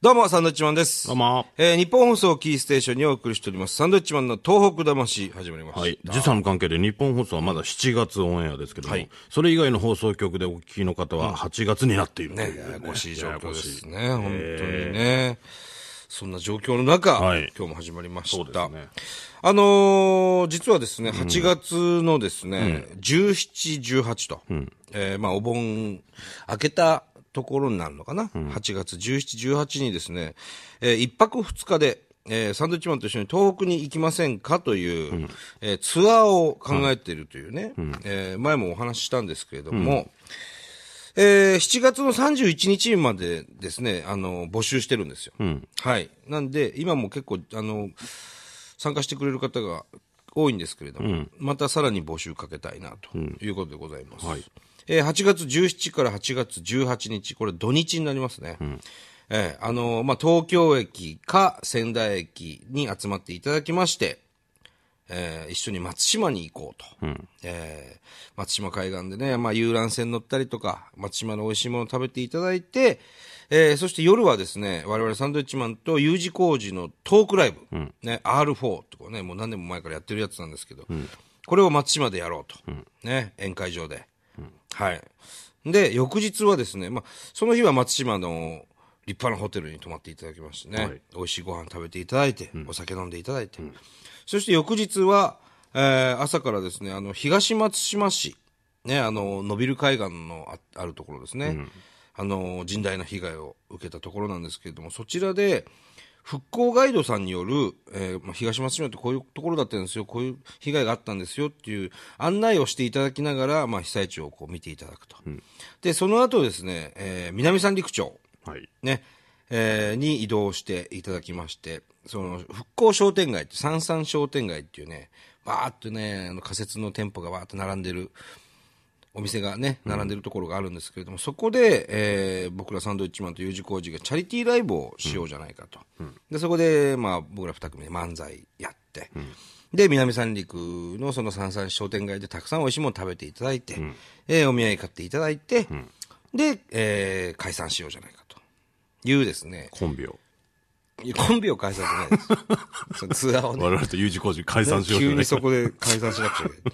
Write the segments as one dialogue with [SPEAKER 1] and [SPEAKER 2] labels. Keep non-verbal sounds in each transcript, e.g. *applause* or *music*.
[SPEAKER 1] どうも、サンドウィッチマンです。
[SPEAKER 2] どうも
[SPEAKER 1] えー日本放送キーステーションにお送りしております。サンドウィッチマンの東北魂始まりました。
[SPEAKER 2] はい。時差の関係で日本放送はまだ7月オンエアですけども、
[SPEAKER 1] はい
[SPEAKER 2] それ以外の放送局でお聞きの方は8月になっているとい
[SPEAKER 1] ね
[SPEAKER 2] う、ね
[SPEAKER 1] ややこしい状況ですね。本当にね。そんな状況の中、
[SPEAKER 2] はい
[SPEAKER 1] 今日も始まりまし
[SPEAKER 2] そうで
[SPEAKER 1] た。
[SPEAKER 2] すね
[SPEAKER 1] あのー実はですね、8月のですね、17、18と、えーまあ、お盆明けたところになるのかな。8月17、18にですね、えー一泊二日で、えーサンドウィッチマンと一緒に東北に行きませんかという、えーツアーを考えているというね、えー前もお話ししたんですけれども、えー7月の31日までですね、あの、募集してるんですよ。はい。なんで、今も結構、あの、参加してくれる方が多いんですけれども、またさらに募集かけたいな、ということでございます。えー8月17から8月18日、これ土日になりますね。えーあのまあ、東京駅か仙台駅に集まっていただきまして、えー一緒に松島に行こうと。えー松島海岸でね、まあ、遊覧船乗ったりとか、松島の美味しいものを食べていただいて、えーそして夜はですね、我々サンドウィッチマンと U 字工事のトークライブ、ね、R4 ってこうね、もう何年も前からやってるやつなんですけど、これを松島でやろうと。ね、宴会場で。はい。で、翌日はですね、まあ、その日は松島の立派なホテルに泊まっていただきましてね、
[SPEAKER 2] はい
[SPEAKER 1] 美味しいご飯食べていただいて、お酒飲んでいただいて、そして翌日は、えー朝からですね、あの、東松島市、ね、あの、伸びる海岸のああるところですね、あの、甚大な被害を受けたところなんですけれども、そちらで、復興ガイドさんによる、えーまあ、東松島ってこういうところだったんですよ、こういう被害があったんですよっていう案内をしていただきながら、まあ、被災地をこう見ていただくと。で、その後ですね、えー南三陸町、
[SPEAKER 2] はい。
[SPEAKER 1] ね、えーに移動していただきまして、その、復興商店街って、三三商店街っていうね、バーっとね、あの仮設の店舗がバーっと並んでる、お店がね、並んでるところがあるんですけれども、そこで、えー僕らサンドウィッチマンと U 字工事がチャリティーライブをしようじゃないかと。で、そこで、まあ、僕ら二組で漫才やって、で、南三陸のその三三商店街でたくさん美味しいもの食べていただいて、えーお土産買っていただいて、で、えー解散しようじゃないかと。いうですね。
[SPEAKER 2] コンビを。
[SPEAKER 1] いやコンビを解散しないです。 *laughs* そのツアーをね
[SPEAKER 2] 我。々と U 字工事解散しようじゃ
[SPEAKER 1] 急
[SPEAKER 2] ない
[SPEAKER 1] に
[SPEAKER 2] か
[SPEAKER 1] そこで解散しなくちゃいけ *laughs* ない。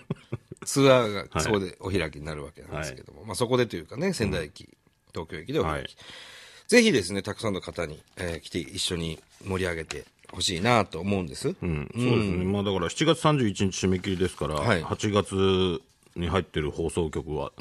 [SPEAKER 1] ツアーがそこでお開きになるわけなんですけども、まあそこでというかね、仙台駅、東京駅でお開き。
[SPEAKER 2] はい
[SPEAKER 1] ぜひですね、たくさんの方に、えー来て一緒に盛り上げてほしいなと思うんです。
[SPEAKER 2] うん、そうですね。まあだから7月31日締め切りですから、
[SPEAKER 1] はい
[SPEAKER 2] 8月に入ってる放送局は、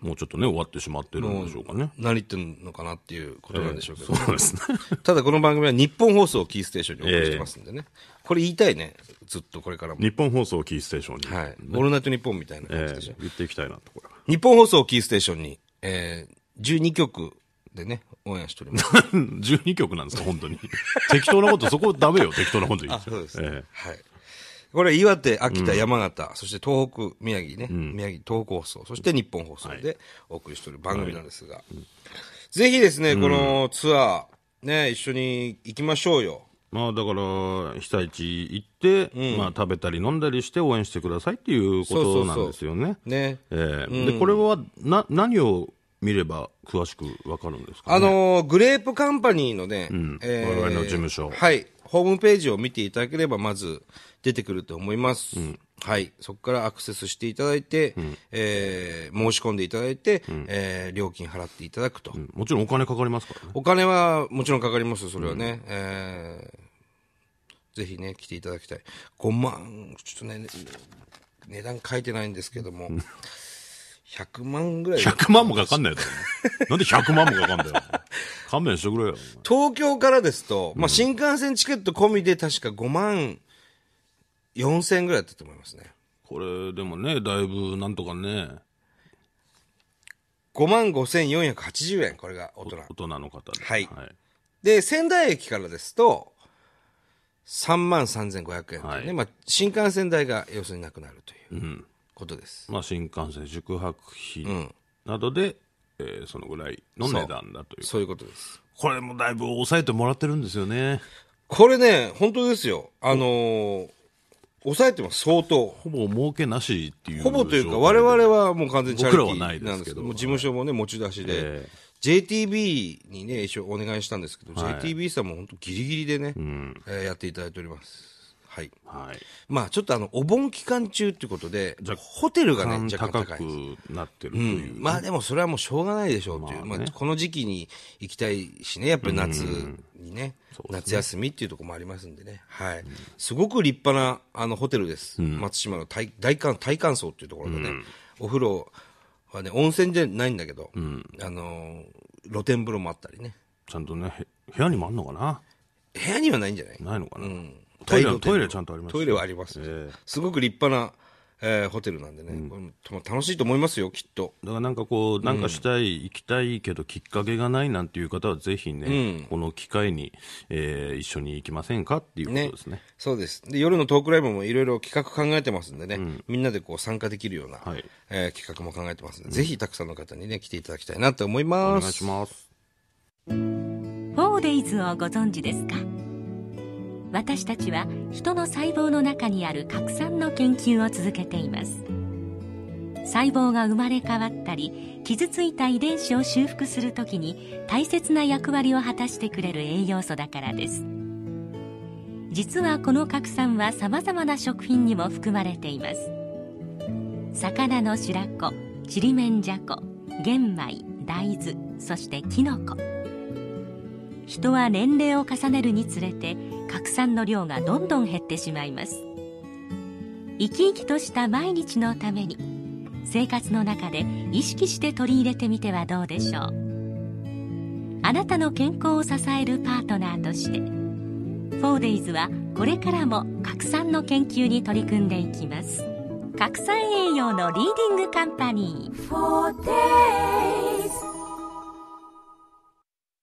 [SPEAKER 2] もうちょっとね、終わってしまってるんでしょうかね。
[SPEAKER 1] 何言ってんのかなっていうことなんでしょうけど、
[SPEAKER 2] そうですね。
[SPEAKER 1] ただこの番組は日本放送をキーステーションにお送りしてますんでね。これ言いたいね。ずっとこれからも。
[SPEAKER 2] 日本放送キーステーションに。
[SPEAKER 1] はい。オールナイトニッポンみたいな感
[SPEAKER 2] え
[SPEAKER 1] じでしょ
[SPEAKER 2] え。言っていきたいなと、これは。
[SPEAKER 1] 日本放送キーステーションに、えー、12曲でね、応援しております。
[SPEAKER 2] *laughs* 12曲なんですか、
[SPEAKER 1] *laughs*
[SPEAKER 2] 本当に。適当なこと、そこダメよ、適当なこと言って。え
[SPEAKER 1] はい。これ、岩手、秋田、山形、そして東北、宮城ね、宮城、東北放送、そして日本放送でお送りしておる番組なんですが、ぜひですね、このツアー、ね、一緒に行きましょうよ。
[SPEAKER 2] えまあだから、被災地行って、まあ食べたり飲んだりして応援してくださいっていうこ
[SPEAKER 1] そうそうそう
[SPEAKER 2] となんですよね。
[SPEAKER 1] ね。
[SPEAKER 2] ええで、これは、な、何を見れば詳しくわかるんですか、ね、
[SPEAKER 1] あのーグレープカンパニーのね、えー
[SPEAKER 2] 我々の事務所
[SPEAKER 1] はい、ホームページを見ていただければ、まず出てくると思います。はい、そこからアクセスしていただいて、えー申し込んでいただいて、えー料金払っていただくと。
[SPEAKER 2] もちろんお金かかりますからね。
[SPEAKER 1] お金はもちろんかかりますよ、それはね。えーぜひね、来ていただきたい。5万、ちょっとね、ね値段書いてないんですけども、100万ぐらい。
[SPEAKER 2] 100万もかかんないだろ。
[SPEAKER 1] *laughs*
[SPEAKER 2] なんで100万もかかんだよ。勘弁してくれよ。
[SPEAKER 1] 東京からですと、まあ、新幹線チケット込みで確か5万4千円ぐらいだったと思いますね。
[SPEAKER 2] これ、でもね、だいぶ、なんとかね、
[SPEAKER 1] 5万5480円、これが大人。
[SPEAKER 2] 大人の方で。
[SPEAKER 1] はい
[SPEAKER 2] はい。
[SPEAKER 1] で、仙台駅からですと、3万3500円というね、
[SPEAKER 2] はい
[SPEAKER 1] まあ、新幹線代が要するになくなるということです。
[SPEAKER 2] まあ、新幹線、宿泊費
[SPEAKER 1] ん
[SPEAKER 2] などで、えーそのぐらいの値段だという
[SPEAKER 1] そういうことです。
[SPEAKER 2] これもだいぶ抑えてもらってるんですよね。
[SPEAKER 1] これね、本当ですよ。あのー抑えてます、相当。
[SPEAKER 2] ほぼ儲けなしっていう。
[SPEAKER 1] ほぼというか、我々はもう完全にチャリティ
[SPEAKER 2] 僕らはない
[SPEAKER 1] ー
[SPEAKER 2] で
[SPEAKER 1] なん
[SPEAKER 2] す
[SPEAKER 1] です
[SPEAKER 2] け
[SPEAKER 1] けど
[SPEAKER 2] ど
[SPEAKER 1] も、事務所もね、持ち出しで
[SPEAKER 2] え
[SPEAKER 1] JTB にね、一応お願いしたんですけど、JTB さんも本当ギリギリでね、えーやっていただいております。はい。
[SPEAKER 2] はい。
[SPEAKER 1] まあちょっとあの、お盆期間中っていうことで、ホテルがね、若干
[SPEAKER 2] 高
[SPEAKER 1] 高いです。
[SPEAKER 2] くなってるという。
[SPEAKER 1] まあでもそれはもうしょうがないでしょうっていう、まあこの時期に行きたいしね、やっぱり夏にね、夏休みっていうところもありますんでね、はい、すごく立派なあのホテルです、松島の大大観大観層っていうところでね、お風呂はね、温泉じゃないんだけど、あのー露天風呂もあったりね、
[SPEAKER 2] ちゃんとね、へ部屋にもあんのかな
[SPEAKER 1] 部屋にはないんじゃない
[SPEAKER 2] ないのかな、ト
[SPEAKER 1] 大
[SPEAKER 2] イ
[SPEAKER 1] 露
[SPEAKER 2] レ、
[SPEAKER 1] 天
[SPEAKER 2] トイレちゃんとありますよ
[SPEAKER 1] トイレはあります、
[SPEAKER 2] ええ
[SPEAKER 1] すごく立派な、えーホテルなんでね、これもとも楽しいと思いますよ、きっと。
[SPEAKER 2] だからなんかこう、なんかしたい、行きたいけど、きっかけがないなんていう方は、ぜひね、この機会に、えー一緒に行きませんかっていうことですね。
[SPEAKER 1] そうです。で、夜のトークライブもいろいろ企画考えてますんでね、みんなでこう参加できるような、
[SPEAKER 2] はい
[SPEAKER 1] えー企画も考えてますんで、ぜひたくさんの方にね、来ていただきたいなと思い
[SPEAKER 2] お
[SPEAKER 1] ま
[SPEAKER 2] 願い
[SPEAKER 1] す。
[SPEAKER 2] します。
[SPEAKER 3] フォーデイズをご存知ですか私たちは人の細胞の中にある核酸の研究を続けています細胞が生まれ変わったり傷ついた遺伝子を修復するときに大切な役割を果たしてくれる栄養素だからです実はこの核酸はさまざまな食品にも含まれています魚の白子ちりめんじゃこ玄米大豆そしてきのこ人は年齢を重ねるにつれて核酸の量がどんどん減ってしまいます生き生きとした毎日のために生活の中で意識して取り入れてみてはどうでしょうあなたの健康を支えるパートナーとしてフォーデイズはこれからも核酸の研究に取り組んでいきます核酸栄養のリーディングカンパニー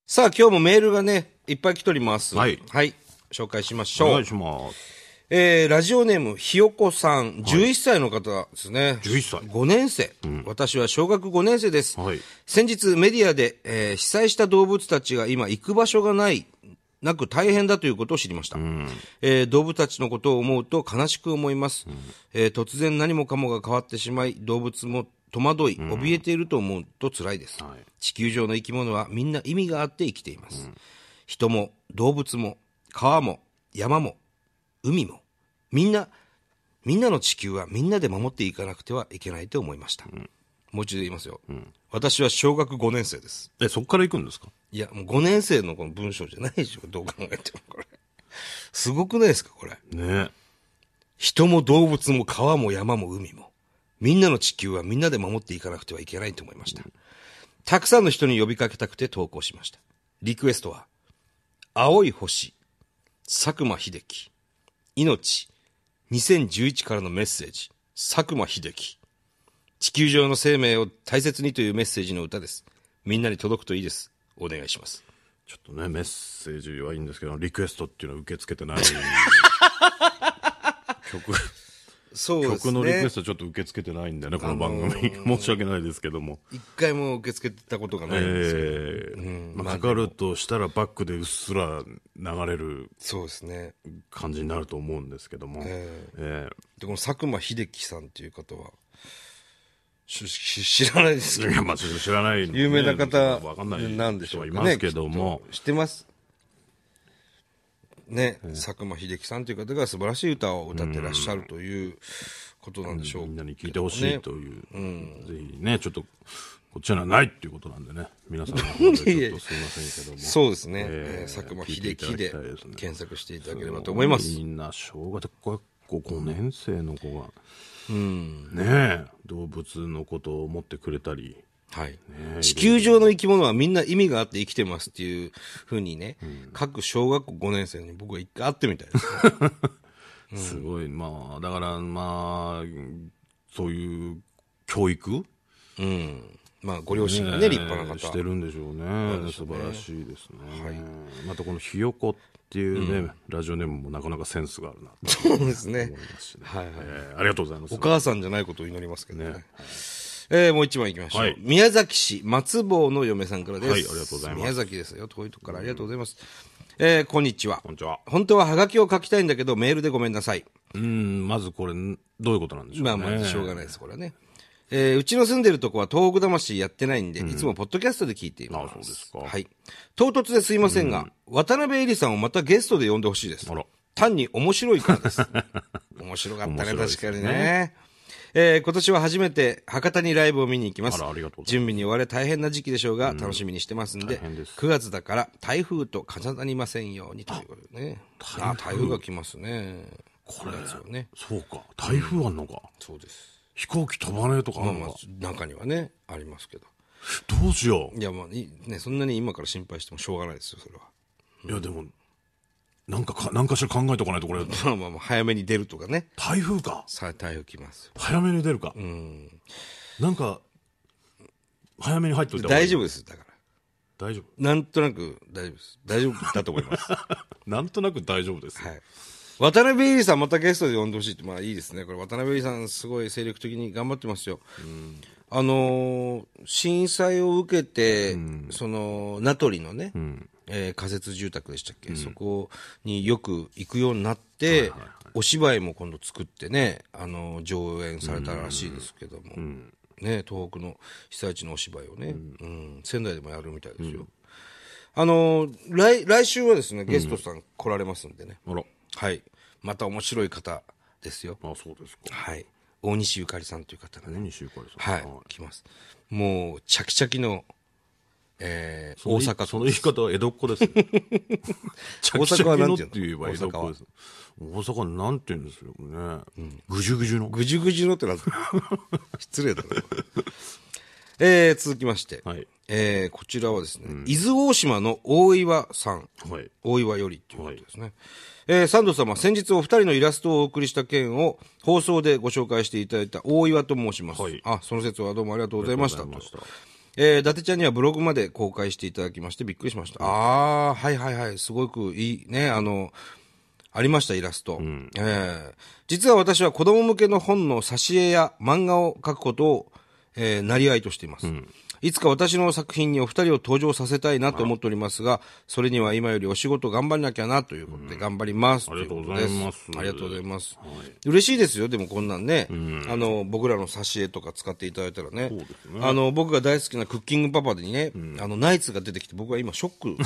[SPEAKER 1] さあ、今日もメールがね、いっぱい来ております。
[SPEAKER 2] はい
[SPEAKER 1] 紹介しまし
[SPEAKER 2] お
[SPEAKER 1] ょ
[SPEAKER 2] 願
[SPEAKER 1] う
[SPEAKER 2] い。します。
[SPEAKER 1] えーラジオネーム、ひよこさん、11歳の方ですね。
[SPEAKER 2] 11歳
[SPEAKER 1] 5年生。私は小学5年生です。
[SPEAKER 2] はい
[SPEAKER 1] 先日、メディアで、えー被災した動物たちが今行く場所がない、なく大変だということを知りました。えー動物たちのことを思うと悲しく思います、えー突然何もかもが変わってしまい、動物も戸惑い、怯えていると思うと辛いです。
[SPEAKER 2] はい
[SPEAKER 1] 地球上の生き物はみんな意味があって生きています。人も動物も川も山も海もみんなみんなの地球はみんなで守っていかなくてはいけないと思いました、もう一度言いますよ、私は小学5年生です
[SPEAKER 2] え、そこから行くんですか
[SPEAKER 1] いやもう5年生のこの文章じゃないでしょどう考えてもこれすごくないですかこれ
[SPEAKER 2] ね
[SPEAKER 1] 人も動物も川も山も海も、みんなの地球はみんなで守っていかなくてはいけないと思いました。たくさんの人に呼びかけたくて投稿しました。リクエストは、青い星、佐久間秀樹、命、2011からのメッセージ、佐久間秀樹、地球上の生命を大切にというメッセージの歌です。みんなに届くといいです。お願いします。
[SPEAKER 2] ちょっとね、メッセージはいいんですけど、リクエストっていうのは受け付けてない。
[SPEAKER 1] *laughs*
[SPEAKER 2] 曲、
[SPEAKER 1] そうですね。
[SPEAKER 2] 曲のリクエストちょっと受け付けてないんだよね、この番組。 *laughs* 申し訳ないですけども。
[SPEAKER 1] 一回も受け付けたことがないんですけど。
[SPEAKER 2] ええまあ、かかるとしたらバックでうっすら流れる
[SPEAKER 1] そうですね。
[SPEAKER 2] 感じになると思うんですけども、ええ
[SPEAKER 1] でこの佐久間秀樹さんっていう方はしし知らないですけ
[SPEAKER 2] *laughs*
[SPEAKER 1] ど
[SPEAKER 2] いやまあ、ちょっと知らない、ね、
[SPEAKER 1] 有名な方
[SPEAKER 2] わかんない
[SPEAKER 1] なんでしょう
[SPEAKER 2] 人
[SPEAKER 1] か
[SPEAKER 2] は
[SPEAKER 1] ね
[SPEAKER 2] いますけども
[SPEAKER 1] きっ、と知ってますね、佐久間秀樹さんという方が素晴らしい歌を歌ってらっしゃるということなんでしょう、
[SPEAKER 2] みんなに聞いてほしいという、ぜひね、ちょっと、こっちにはないっていうことなんでね、皆さんの方で
[SPEAKER 1] *laughs*
[SPEAKER 2] ちょっとすいませんけども。
[SPEAKER 1] そうですね、
[SPEAKER 2] えー
[SPEAKER 1] えー佐久間
[SPEAKER 2] 聞い
[SPEAKER 1] 秀
[SPEAKER 2] ていた
[SPEAKER 1] 樹
[SPEAKER 2] だき
[SPEAKER 1] で
[SPEAKER 2] たいですね
[SPEAKER 1] 検索していただければと思います
[SPEAKER 2] みんな小学校5年生の子が、ねえ、動物のことを思ってくれたり、
[SPEAKER 1] はい、地球上の生き物はみんな意味があって生きてますっていうふうにね、各小学校5年生に僕は一回会ってみたい
[SPEAKER 2] *laughs*
[SPEAKER 1] です
[SPEAKER 2] すごい、まあ、だから、まあ、そういう教育
[SPEAKER 1] うん。まあ、ご両親がね、立派な
[SPEAKER 2] し
[SPEAKER 1] 方
[SPEAKER 2] て。るんでしょうね。素晴らしいですね。またこのひよこっていうね、ラジオネームもなかなかセンスがあるなと
[SPEAKER 1] そうですね。
[SPEAKER 2] 思い。ますしね
[SPEAKER 1] はいはい。
[SPEAKER 2] えーありがとうございます。
[SPEAKER 1] お母さんじゃないことを祈りますけどね。
[SPEAKER 2] ね
[SPEAKER 1] えーもう一枚行きましょう。
[SPEAKER 2] はい
[SPEAKER 1] 宮崎市松坊の嫁さんからです。
[SPEAKER 2] はいありがとうございます
[SPEAKER 1] 宮崎ですよ。遠いとこからありがとうございます。えーこんにちは。
[SPEAKER 2] こんにちは。
[SPEAKER 1] 本当はハガキを書きたいんだけど、メールでごめんなさい。
[SPEAKER 2] うん、まずこれ、どういうことなんでしょう
[SPEAKER 1] ま
[SPEAKER 2] ね。
[SPEAKER 1] あまあ、しょうがないです、これはね。えーうちの住んでるとこは東北魂やってないんで、いつもポッドキャストで聞いています。
[SPEAKER 2] あそうですか
[SPEAKER 1] はい。唐突ですいませんが、渡辺恵里さんをまたゲストで呼んでほしいです
[SPEAKER 2] あら。
[SPEAKER 1] 単に面白いからです。面白かった
[SPEAKER 2] 面
[SPEAKER 1] ね、
[SPEAKER 2] 白いです
[SPEAKER 1] 確
[SPEAKER 2] ね
[SPEAKER 1] かにね。えー今年は初めて博多にライブを見に行きます。
[SPEAKER 2] あらありがとうございます
[SPEAKER 1] 準備に追われ大変な時期でしょうが、楽しみにしてますんで、
[SPEAKER 2] 大変です
[SPEAKER 1] 9月だから台風と重なりませんようにということでね。あ台風が来ますね。これですよね。
[SPEAKER 2] そうか。台風あんのか。
[SPEAKER 1] そうです。
[SPEAKER 2] 飛行機飛ばねえとかあ
[SPEAKER 1] まあ
[SPEAKER 2] ん
[SPEAKER 1] まあ
[SPEAKER 2] のか。、
[SPEAKER 1] 中にはね、ありますけど。
[SPEAKER 2] どうしよ
[SPEAKER 1] いや、まあ、いね、そんなに今から心配してもしょうがないですよ、それは。 *laughs*
[SPEAKER 2] う。いや、でも、なんかか、なんかしら考えとかないとこ
[SPEAKER 1] ま
[SPEAKER 2] れ、
[SPEAKER 1] あまあまあ、早めに出るとかね。
[SPEAKER 2] 台風か。
[SPEAKER 1] さあ、台風来ます。
[SPEAKER 2] 早めに出るか。なんか、早めに入っといた方がい
[SPEAKER 1] 大
[SPEAKER 2] い
[SPEAKER 1] 丈夫です、だから。
[SPEAKER 2] 大丈夫。
[SPEAKER 1] なんとなく大丈夫です。大丈夫だと思います。は
[SPEAKER 2] なんとなく大丈夫です。
[SPEAKER 1] い。渡辺恵里さんまたゲストで呼んでほしいって、まあいいですね。これ渡辺恵里さんすごい精力的に頑張ってますよ。あのー震災を受けて、その、名取のね、えー仮設住宅でしたっけ、そこによく行くようになって、お芝居も今度作ってね、あのー上演されたらしいですけども、ね、東北の被災地のお芝居をね、うん仙台でもやるみたいですよ。あのー来、来週はですね、ゲストさん来られますんでね。
[SPEAKER 2] あら。
[SPEAKER 1] はい。また面白い方ですよ。
[SPEAKER 2] あ、そうですか。
[SPEAKER 1] はい。大西ゆかりさんという方がね、
[SPEAKER 2] 何しゆかりさん。
[SPEAKER 1] はい、来ます。もう、チャキチャキの、えー
[SPEAKER 2] その
[SPEAKER 1] 大阪
[SPEAKER 2] その言い方は江戸っ子で
[SPEAKER 1] *laughs*
[SPEAKER 2] す。大
[SPEAKER 1] 大阪はなんて
[SPEAKER 2] って
[SPEAKER 1] 言う
[SPEAKER 2] 言え
[SPEAKER 1] の
[SPEAKER 2] ば江戸っ子です。大阪はなんて言うんですよね。ぐじゅぐじゅの。
[SPEAKER 1] ぐじゅぐじゅのってな
[SPEAKER 2] *laughs*
[SPEAKER 1] 失礼だな。えー、続きまして、
[SPEAKER 2] はい。
[SPEAKER 1] えー、こちらはですね、伊豆大島の大岩さん。
[SPEAKER 2] はい。
[SPEAKER 1] 大岩よりということですね。えーサンド様、先日お二人のイラストをお送りした件を放送でご紹介していただいた大岩と申します。
[SPEAKER 2] はい
[SPEAKER 1] あ、その説はどうもありがとうございました。
[SPEAKER 2] ありがとうございま
[SPEAKER 1] えー伊達ちゃんにはブログまで公開していただきましてびっくりしました。ああ、はいはいはい、すごくいいね、あの、ありました、イラスト。えー実は私は子供向けの本の挿絵や漫画を描くことを、えーなりわいとしています。いつか私の作品にお二人を登場させたいなと思っておりますが、それには今よりお仕事頑張らなきゃなということで頑張ります、
[SPEAKER 2] ありがとうござい
[SPEAKER 1] という
[SPEAKER 2] ま
[SPEAKER 1] こ
[SPEAKER 2] す
[SPEAKER 1] とでありがとうございます。嬉しいですよ、でもこんなんね。あの、僕らの挿絵とか使っていただいたらね。あの、僕が大好きなクッキングパパでにね、あの、ナイツが出てきて僕は今ショ
[SPEAKER 2] *laughs*
[SPEAKER 1] ック、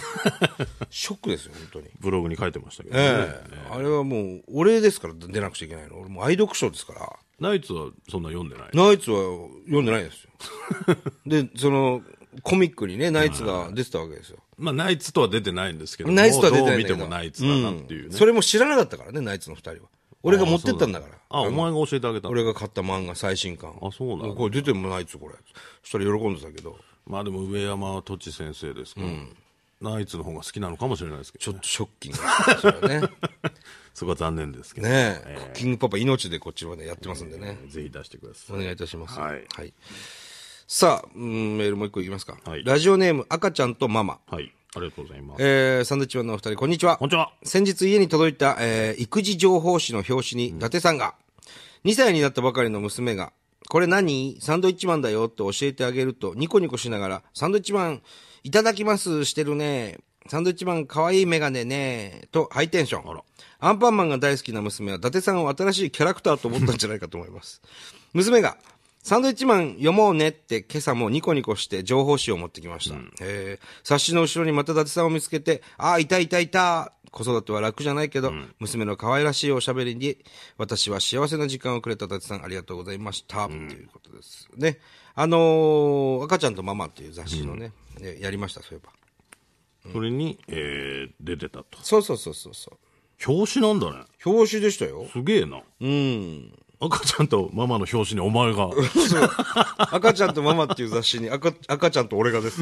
[SPEAKER 1] ショックですよ、本当に。
[SPEAKER 2] ブログに書いてましたけどね。
[SPEAKER 1] ええあれはもう、お礼ですから出なくちゃいけないの。俺もう愛読書ですから。
[SPEAKER 2] ナイツはそんな読んでない。
[SPEAKER 1] ナイツは読んでない
[SPEAKER 2] *laughs*
[SPEAKER 1] ですよ。で、その、コミックにね、ナイツが出てたわけですよ。
[SPEAKER 2] まあ、ナイツとは出てないんですけども、
[SPEAKER 1] ナイツとは出てない
[SPEAKER 2] どうん
[SPEAKER 1] だ
[SPEAKER 2] 見
[SPEAKER 1] けど
[SPEAKER 2] てもナイツだなっていうね。
[SPEAKER 1] それも知らなかったからね、ナイツの二人は。俺が持ってったんだから。
[SPEAKER 2] あ、お前が教えてあげた。
[SPEAKER 1] 俺が買った漫画最新刊。
[SPEAKER 2] あそうなんだ
[SPEAKER 1] これ出てもないっつよこれ。そしたら喜んでたけど、
[SPEAKER 2] まあでも上山とち先生ですから、ナイツの方が好きなのかもしれないですけ
[SPEAKER 1] ちょ
[SPEAKER 2] ど、
[SPEAKER 1] っ
[SPEAKER 2] ね、
[SPEAKER 1] とショッ
[SPEAKER 2] *laughs*
[SPEAKER 1] キングだったですよね。ね
[SPEAKER 2] そこは残念ですけど、
[SPEAKER 1] え、クッキングパパ命でこっちまでやってますんでね。
[SPEAKER 2] ぜひ出してくださ
[SPEAKER 1] お
[SPEAKER 2] い。
[SPEAKER 1] 願いいたします。
[SPEAKER 2] はい
[SPEAKER 1] さあ、うんメールもう一個いきますか。
[SPEAKER 2] はい
[SPEAKER 1] ラジオネーム、赤ちゃんとママ。
[SPEAKER 2] はい、ありがとうございます。
[SPEAKER 1] えー、サンドウィッチマンのお二人、こんにちは。
[SPEAKER 2] こんにちは。
[SPEAKER 1] 先日家に届いた、えー育児情報誌の表紙に、伊達さんが、2歳になったばかりの娘が、これ何サンドイッチマンだよって教えてあげると、ニコニコしながら、サンドイッチマン、いただきますしてるね。サンドイッチマン、かわいいメガネね。と、ハイテンション。アンパンマンが大好きな娘は、伊達さんを新しいキャラクターと思ったんじゃないかと思います。娘が、サンドイッチマン読もうねって今朝もニコニコして情報誌を持ってきました。えー冊子の後ろにまた伊達さんを見つけて、ああ、いたいたいた子育ては楽じゃないけど、娘の可愛らしいおしゃべりに、私は幸せな時間をくれた伊達さんありがとうございました。ということですね。あのー赤ちゃんとママっていう雑誌のね、ねやりました、そういえば。
[SPEAKER 2] それに、えー、出てたと。
[SPEAKER 1] そうそうそうそうそう。
[SPEAKER 2] 表紙なんだね。
[SPEAKER 1] 表紙でしたよ。
[SPEAKER 2] すげえな。
[SPEAKER 1] うん。
[SPEAKER 2] 赤ちゃんとママの表紙にお前 *laughs* が、
[SPEAKER 1] そう赤ちゃんとママっていう雑誌に赤、赤ちゃんと俺がです。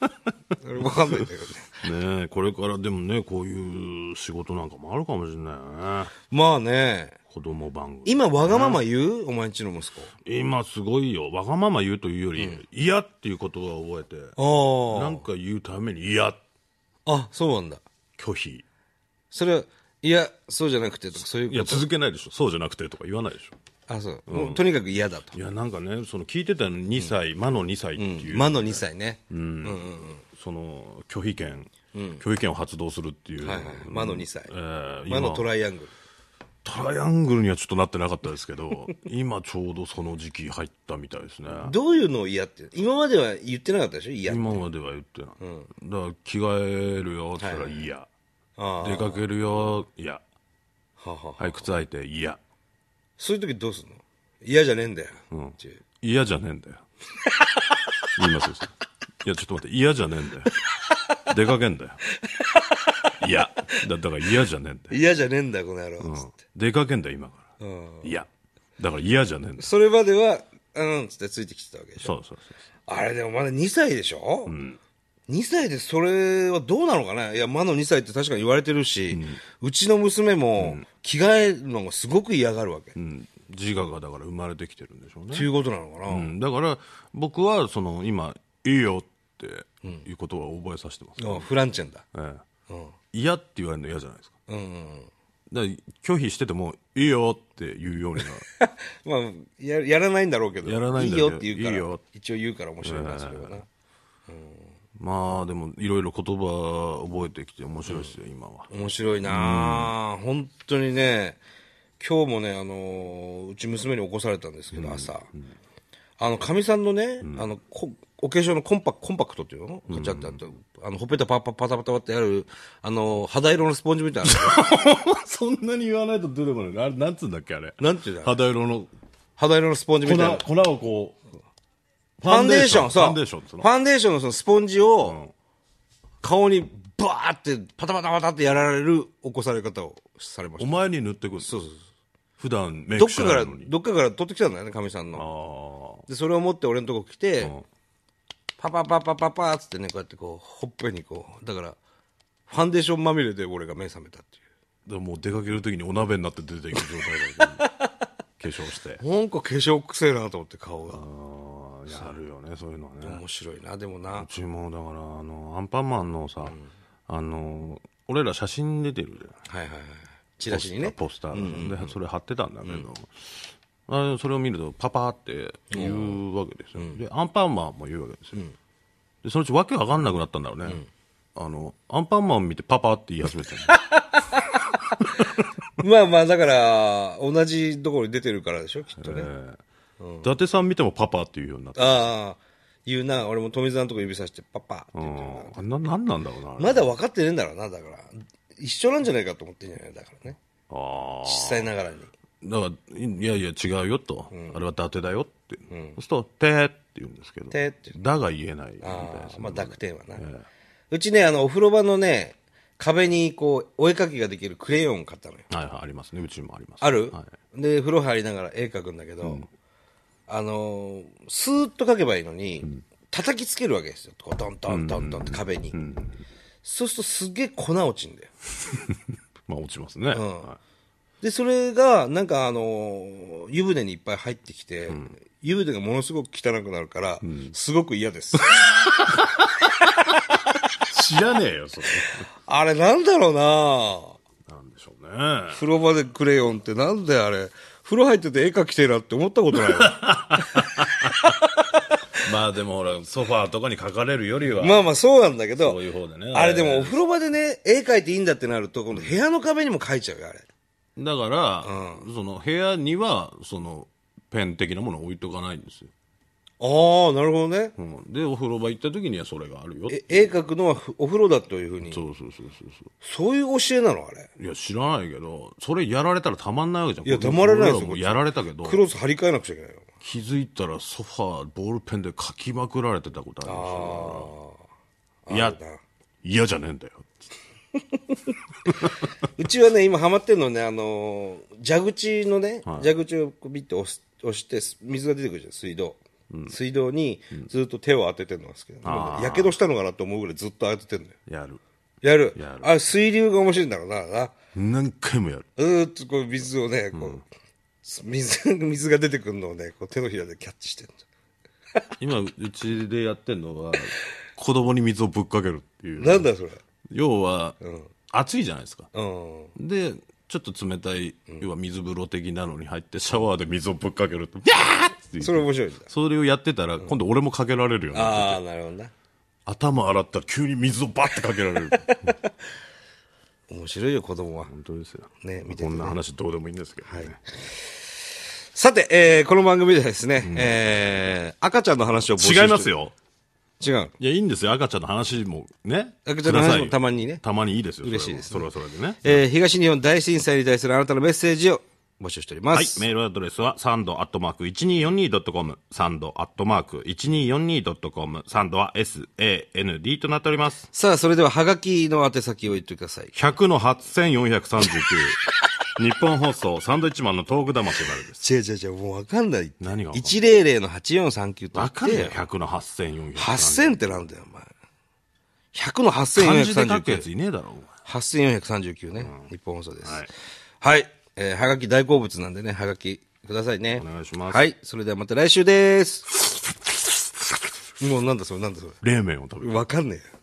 [SPEAKER 1] あれわかんないんだけどね。
[SPEAKER 2] ねえ、これからでもね、こういう仕事なんかもあるかもしれないよね。
[SPEAKER 1] まあね。
[SPEAKER 2] 子供番組。
[SPEAKER 1] 今、わがまま言う、お前んちの息子。
[SPEAKER 2] 今すごいよ。わがまま言うというより、嫌、っていう言葉を覚えて、
[SPEAKER 1] あ
[SPEAKER 2] なんか言うために嫌、
[SPEAKER 1] あ。あ、そうなんだ。
[SPEAKER 2] 拒否。
[SPEAKER 1] それは、いや、そうじゃなくてとか、そう
[SPEAKER 2] い
[SPEAKER 1] いう
[SPEAKER 2] や、
[SPEAKER 1] こと。
[SPEAKER 2] 続けないでしょ。そうじゃなくてとか言わないでしょ。
[SPEAKER 1] あ、そう。もうとにかく嫌だと。
[SPEAKER 2] いや、なんかね、その聞いてたの2歳、魔の2歳っていう、
[SPEAKER 1] 魔の2歳ね。
[SPEAKER 2] その拒否権、拒否権を発動するっていう、
[SPEAKER 1] はいはい魔の2歳
[SPEAKER 2] えー
[SPEAKER 1] 魔の
[SPEAKER 2] 今
[SPEAKER 1] トライアングル。
[SPEAKER 2] トライアングルにはちょっとなってなかったですけど、 *laughs* 今ちょうどその時期入ったみたいですね。
[SPEAKER 1] どういうのを嫌って、今までは言ってなかったでしょ嫌って。
[SPEAKER 2] 今までは言ってない。だから着替えるよって言ったら嫌、
[SPEAKER 1] ああ
[SPEAKER 2] 出かけるよ嫌、
[SPEAKER 1] はは
[SPEAKER 2] はい、靴履いて嫌、
[SPEAKER 1] そういう時どうすんの嫌じゃねえんだよ。っていう
[SPEAKER 2] 嫌じゃねえんだ
[SPEAKER 1] *laughs*
[SPEAKER 2] よ。言いますよ。いや、ちょっと待って、嫌じゃねえんだよ。出かけんだよ。いや、だだから嫌じゃねえんだよ。
[SPEAKER 1] 嫌じゃねえんだよ、この野郎。つって
[SPEAKER 2] 出かけんだよ、今から。いや、だから嫌じゃねえんだよ。
[SPEAKER 1] それまでは、うん、つってついてきてたわけでしょ
[SPEAKER 2] そうそうそうそう。
[SPEAKER 1] あれでもまだ2歳でしょ、う2歳でそれはどうなのかねいや、魔の2歳って確かに言われてるし、うちの娘も着替えるのがすごく嫌がるわけ。っ
[SPEAKER 2] うん、自我がだから生まれてきてるんでしょうね
[SPEAKER 1] て。いうことなのかな、
[SPEAKER 2] うん、だから僕はその今「いいよ」っていうことは覚えさせてます、
[SPEAKER 1] あフランチェンだ。
[SPEAKER 2] ええ嫌って言われるの嫌じゃないですか
[SPEAKER 1] うんうん
[SPEAKER 2] だから拒否してても「いいよ」って言うようにな
[SPEAKER 1] うん。まあや、やらないんだろうけど。
[SPEAKER 2] やらないんだ
[SPEAKER 1] い
[SPEAKER 2] けど
[SPEAKER 1] よって言うから。
[SPEAKER 2] いいよ
[SPEAKER 1] 一応言うから面白いな、それはな。
[SPEAKER 2] *laughs* まあでもいろいろ言葉覚えてきて面白いですよ、今は
[SPEAKER 1] 面白いなあ、本当にね、今日もね、あのーうち娘に起こされたんですけど、朝。あの、かみさんのね、あの、こお化粧のコンパコンパクトっていうのこっちあってあって、あの、ほっぺたパッパッパタパタパってやる、あの、肌色のスポンジみたいな。
[SPEAKER 2] *laughs*
[SPEAKER 1] *laughs*
[SPEAKER 2] そんなに言わないと出てこないあれなんつうんだっけあれ
[SPEAKER 1] なんていうんだろう
[SPEAKER 2] 肌色の
[SPEAKER 1] 肌色のスポンジみたいな。
[SPEAKER 2] 粉をこうフ
[SPEAKER 1] ファンデーション、そう。
[SPEAKER 2] ファンデーションって
[SPEAKER 1] フ
[SPEAKER 2] の
[SPEAKER 1] ァンデーションのそのスポンジを、顔にバーってパタパタパタってやられる起こされ方をされました
[SPEAKER 2] お。前に塗ってくるそうそうそう普段メイ
[SPEAKER 1] どっ
[SPEAKER 2] ク
[SPEAKER 1] か
[SPEAKER 2] し
[SPEAKER 1] か
[SPEAKER 2] な
[SPEAKER 1] ら、
[SPEAKER 2] いのに
[SPEAKER 1] どっかから取ってきたんだよね、かみさんの。
[SPEAKER 2] あ
[SPEAKER 1] で、それを持って俺のとこ来て、
[SPEAKER 2] ん
[SPEAKER 1] パパパパパパーっつってね、こうやってこう、ほっぺにこう、だから、ファンデーションまみれで俺が目覚めたってい
[SPEAKER 2] あもう出かける時にお鍋になって出ていく状態だけど化粧 *laughs* して
[SPEAKER 1] う。なんか化粧くせえなと思って顔が。
[SPEAKER 2] あーやるよねそういうのはね、う
[SPEAKER 1] 面白いな、でもな。
[SPEAKER 2] ちもだからあのアンパンマンのさ、あの俺ら写真出てるじゃん
[SPEAKER 1] はいはいはい。チラシにね。
[SPEAKER 2] ポスターポスターがでそれ貼ってたんだけど、あそれを見るとパパーって言うわけですよ、でアンパンマンも言うわけですよ、でそのうちわけわかんなくなったんだろうね、あのアンパンマン見てパパーって言い始 *laughs* めたの
[SPEAKER 1] まあまあ、だから、同じところに出てるからでしょ、きっとね。
[SPEAKER 2] ええ伊達さん見てもパパーって言うようになった、
[SPEAKER 1] ああ、言うな。俺も富澤のとこ指さして、パパって
[SPEAKER 2] う
[SPEAKER 1] 言って
[SPEAKER 2] ん、あれななんなんだろうなあれ
[SPEAKER 1] まだ分かってねえんだろうな、だから。一緒なんじゃないかと思ってんじゃないだからね。
[SPEAKER 2] あー
[SPEAKER 1] 実際ながらに。
[SPEAKER 2] だから、いやいや違うよと、あれは伊達だよって、そうすると、てーって言うんですけど、
[SPEAKER 1] てーって
[SPEAKER 2] だが言えないみたい
[SPEAKER 1] あ
[SPEAKER 2] です
[SPEAKER 1] あ
[SPEAKER 2] ね
[SPEAKER 1] まあ濁点はな、うちねあのお風呂場のね壁にこうお絵描きができるクレヨンを買ったのよ
[SPEAKER 2] はいはい、ありますね、うちもあります。
[SPEAKER 1] ある、
[SPEAKER 2] は
[SPEAKER 1] で風呂入りながら絵描くんだけど、あのースーッと描けばいいのに、叩きつけるわけですよこうドンドンドンドンって壁に、そうするとすげえ粉落ちんだよ
[SPEAKER 2] まあ、落ちますね。は
[SPEAKER 1] でそれがなんかあのー湯船にいっぱい入ってきて、湯船がものすごく汚くなるから、すごく嫌です
[SPEAKER 2] い知らねえよ、それ。
[SPEAKER 1] あれなんだろうな
[SPEAKER 2] なんで
[SPEAKER 1] *laughs*
[SPEAKER 2] しょうね。
[SPEAKER 1] 風呂場でクレヨンってなんであれ、風呂入ってて絵描きてえなって思ったことないわ
[SPEAKER 2] まあ、でもほら、ソファーとかに書かれるよりは、
[SPEAKER 1] *laughs* まあまあそうなんだけど
[SPEAKER 2] そう、いう方でね。
[SPEAKER 1] あれでもお風呂場でね、絵描いていいんだってなると、今度部屋の壁にも描いちゃうよ、あれ。
[SPEAKER 2] だから、その、部屋には、その、ペン的なものを置いとかないんですよ。
[SPEAKER 1] ああ、なるほどね。
[SPEAKER 2] うん、で、お風呂場行った時にはそれがあるよ。
[SPEAKER 1] え絵描くのはふお風呂だというふうに。
[SPEAKER 2] そうそうそうそうそう。
[SPEAKER 1] そういう教えなの、あれ。
[SPEAKER 2] いや、知らないけど、それやられたらたまんないわけじゃん。
[SPEAKER 1] いやたまらないですよ
[SPEAKER 2] 俺らもやられたけど、
[SPEAKER 1] クロス張り替えなくちゃいけないよ。
[SPEAKER 2] 気づいたらソファー、ボールペンで書きまくられてたことありましたから。いや、嫌じゃねえんだよ。
[SPEAKER 1] うちはね、今ハマってるのね、あのー蛇口のね、蛇口をこうビッて押す押して、す水が出てくるじゃん、水道。水道にずっと手を当ててるのが好きなの。やけどしたのかなと思うぐらいずっと当ててるのよ。
[SPEAKER 2] やる。
[SPEAKER 1] やる。
[SPEAKER 2] やる
[SPEAKER 1] あれ、水流が面白いんだろうな。な
[SPEAKER 2] 何回もやる。
[SPEAKER 1] うーっとこう水をね、こう、水、水が出てくるのをね、こう手のひらでキャッチしてる
[SPEAKER 2] 今、うちでやってんのは、子供に水をぶっかけるっていう。
[SPEAKER 1] なんだそれ。
[SPEAKER 2] 要は、暑いじゃないですか。
[SPEAKER 1] うん。
[SPEAKER 2] で、ちょっと冷たい、要は水風呂的なのに入って、シャワーで水をぶっかけると、ギャーって
[SPEAKER 1] そ
[SPEAKER 2] 言う
[SPEAKER 1] れ面白いんだ。
[SPEAKER 2] それをやってたら、今度俺もかけられるよね。
[SPEAKER 1] ああ、なるほどな。
[SPEAKER 2] 頭洗ったら急に水をバッてかけられる。
[SPEAKER 1] 面白いよ、子供は。
[SPEAKER 2] *laughs* 本当ですよ。
[SPEAKER 1] ね見てて
[SPEAKER 2] こ
[SPEAKER 1] ね
[SPEAKER 2] んな話どうでもいいんですけど、ね。
[SPEAKER 1] はいさて、えーこの番組ではですね、えー赤ちゃんの話を募集して
[SPEAKER 2] 違います。よ。
[SPEAKER 1] 違う。
[SPEAKER 2] いや、いいんですよ。赤ちゃんの話もね。
[SPEAKER 1] 赤ちゃんの話も
[SPEAKER 2] くださいよ
[SPEAKER 1] たまにね
[SPEAKER 2] たまにいいですよ。
[SPEAKER 1] 嬉しいです
[SPEAKER 2] それはそれはそれでね。
[SPEAKER 1] えー東日本大震災に対するあなたのメッセージを募集しておりま
[SPEAKER 2] はい。
[SPEAKER 1] す。
[SPEAKER 2] メールアドレスは、サンドアットマーク 1242.com、サンドアットマーク 1242.com、サンドは SAND となっております。
[SPEAKER 1] さあ、それでは、はがきの宛先を言ってください。
[SPEAKER 2] 100の8439。日
[SPEAKER 1] *laughs*
[SPEAKER 2] 本放送、サンドイッチマンのトーク魂なるです。
[SPEAKER 1] 違う違う違う、もうわかんない。
[SPEAKER 2] 何がわかんない
[SPEAKER 1] ?100 の8439って言
[SPEAKER 2] わ
[SPEAKER 1] っ
[SPEAKER 2] かる
[SPEAKER 1] て
[SPEAKER 2] よ、。100の8439。
[SPEAKER 1] 8000ってなんだよ、お前。100の
[SPEAKER 2] 漢字で書くや
[SPEAKER 1] 8439
[SPEAKER 2] つ。いねえだろ、お前
[SPEAKER 1] 8439ね。日本放送です。は
[SPEAKER 2] はいい。
[SPEAKER 1] えーはがき大好物なんでね、はがきくださいね。
[SPEAKER 2] お願いします
[SPEAKER 1] はい。それではまた来週です。もうなんだそれ、なんだそれ。
[SPEAKER 2] 冷麺を食べる。
[SPEAKER 1] わかんねえよ。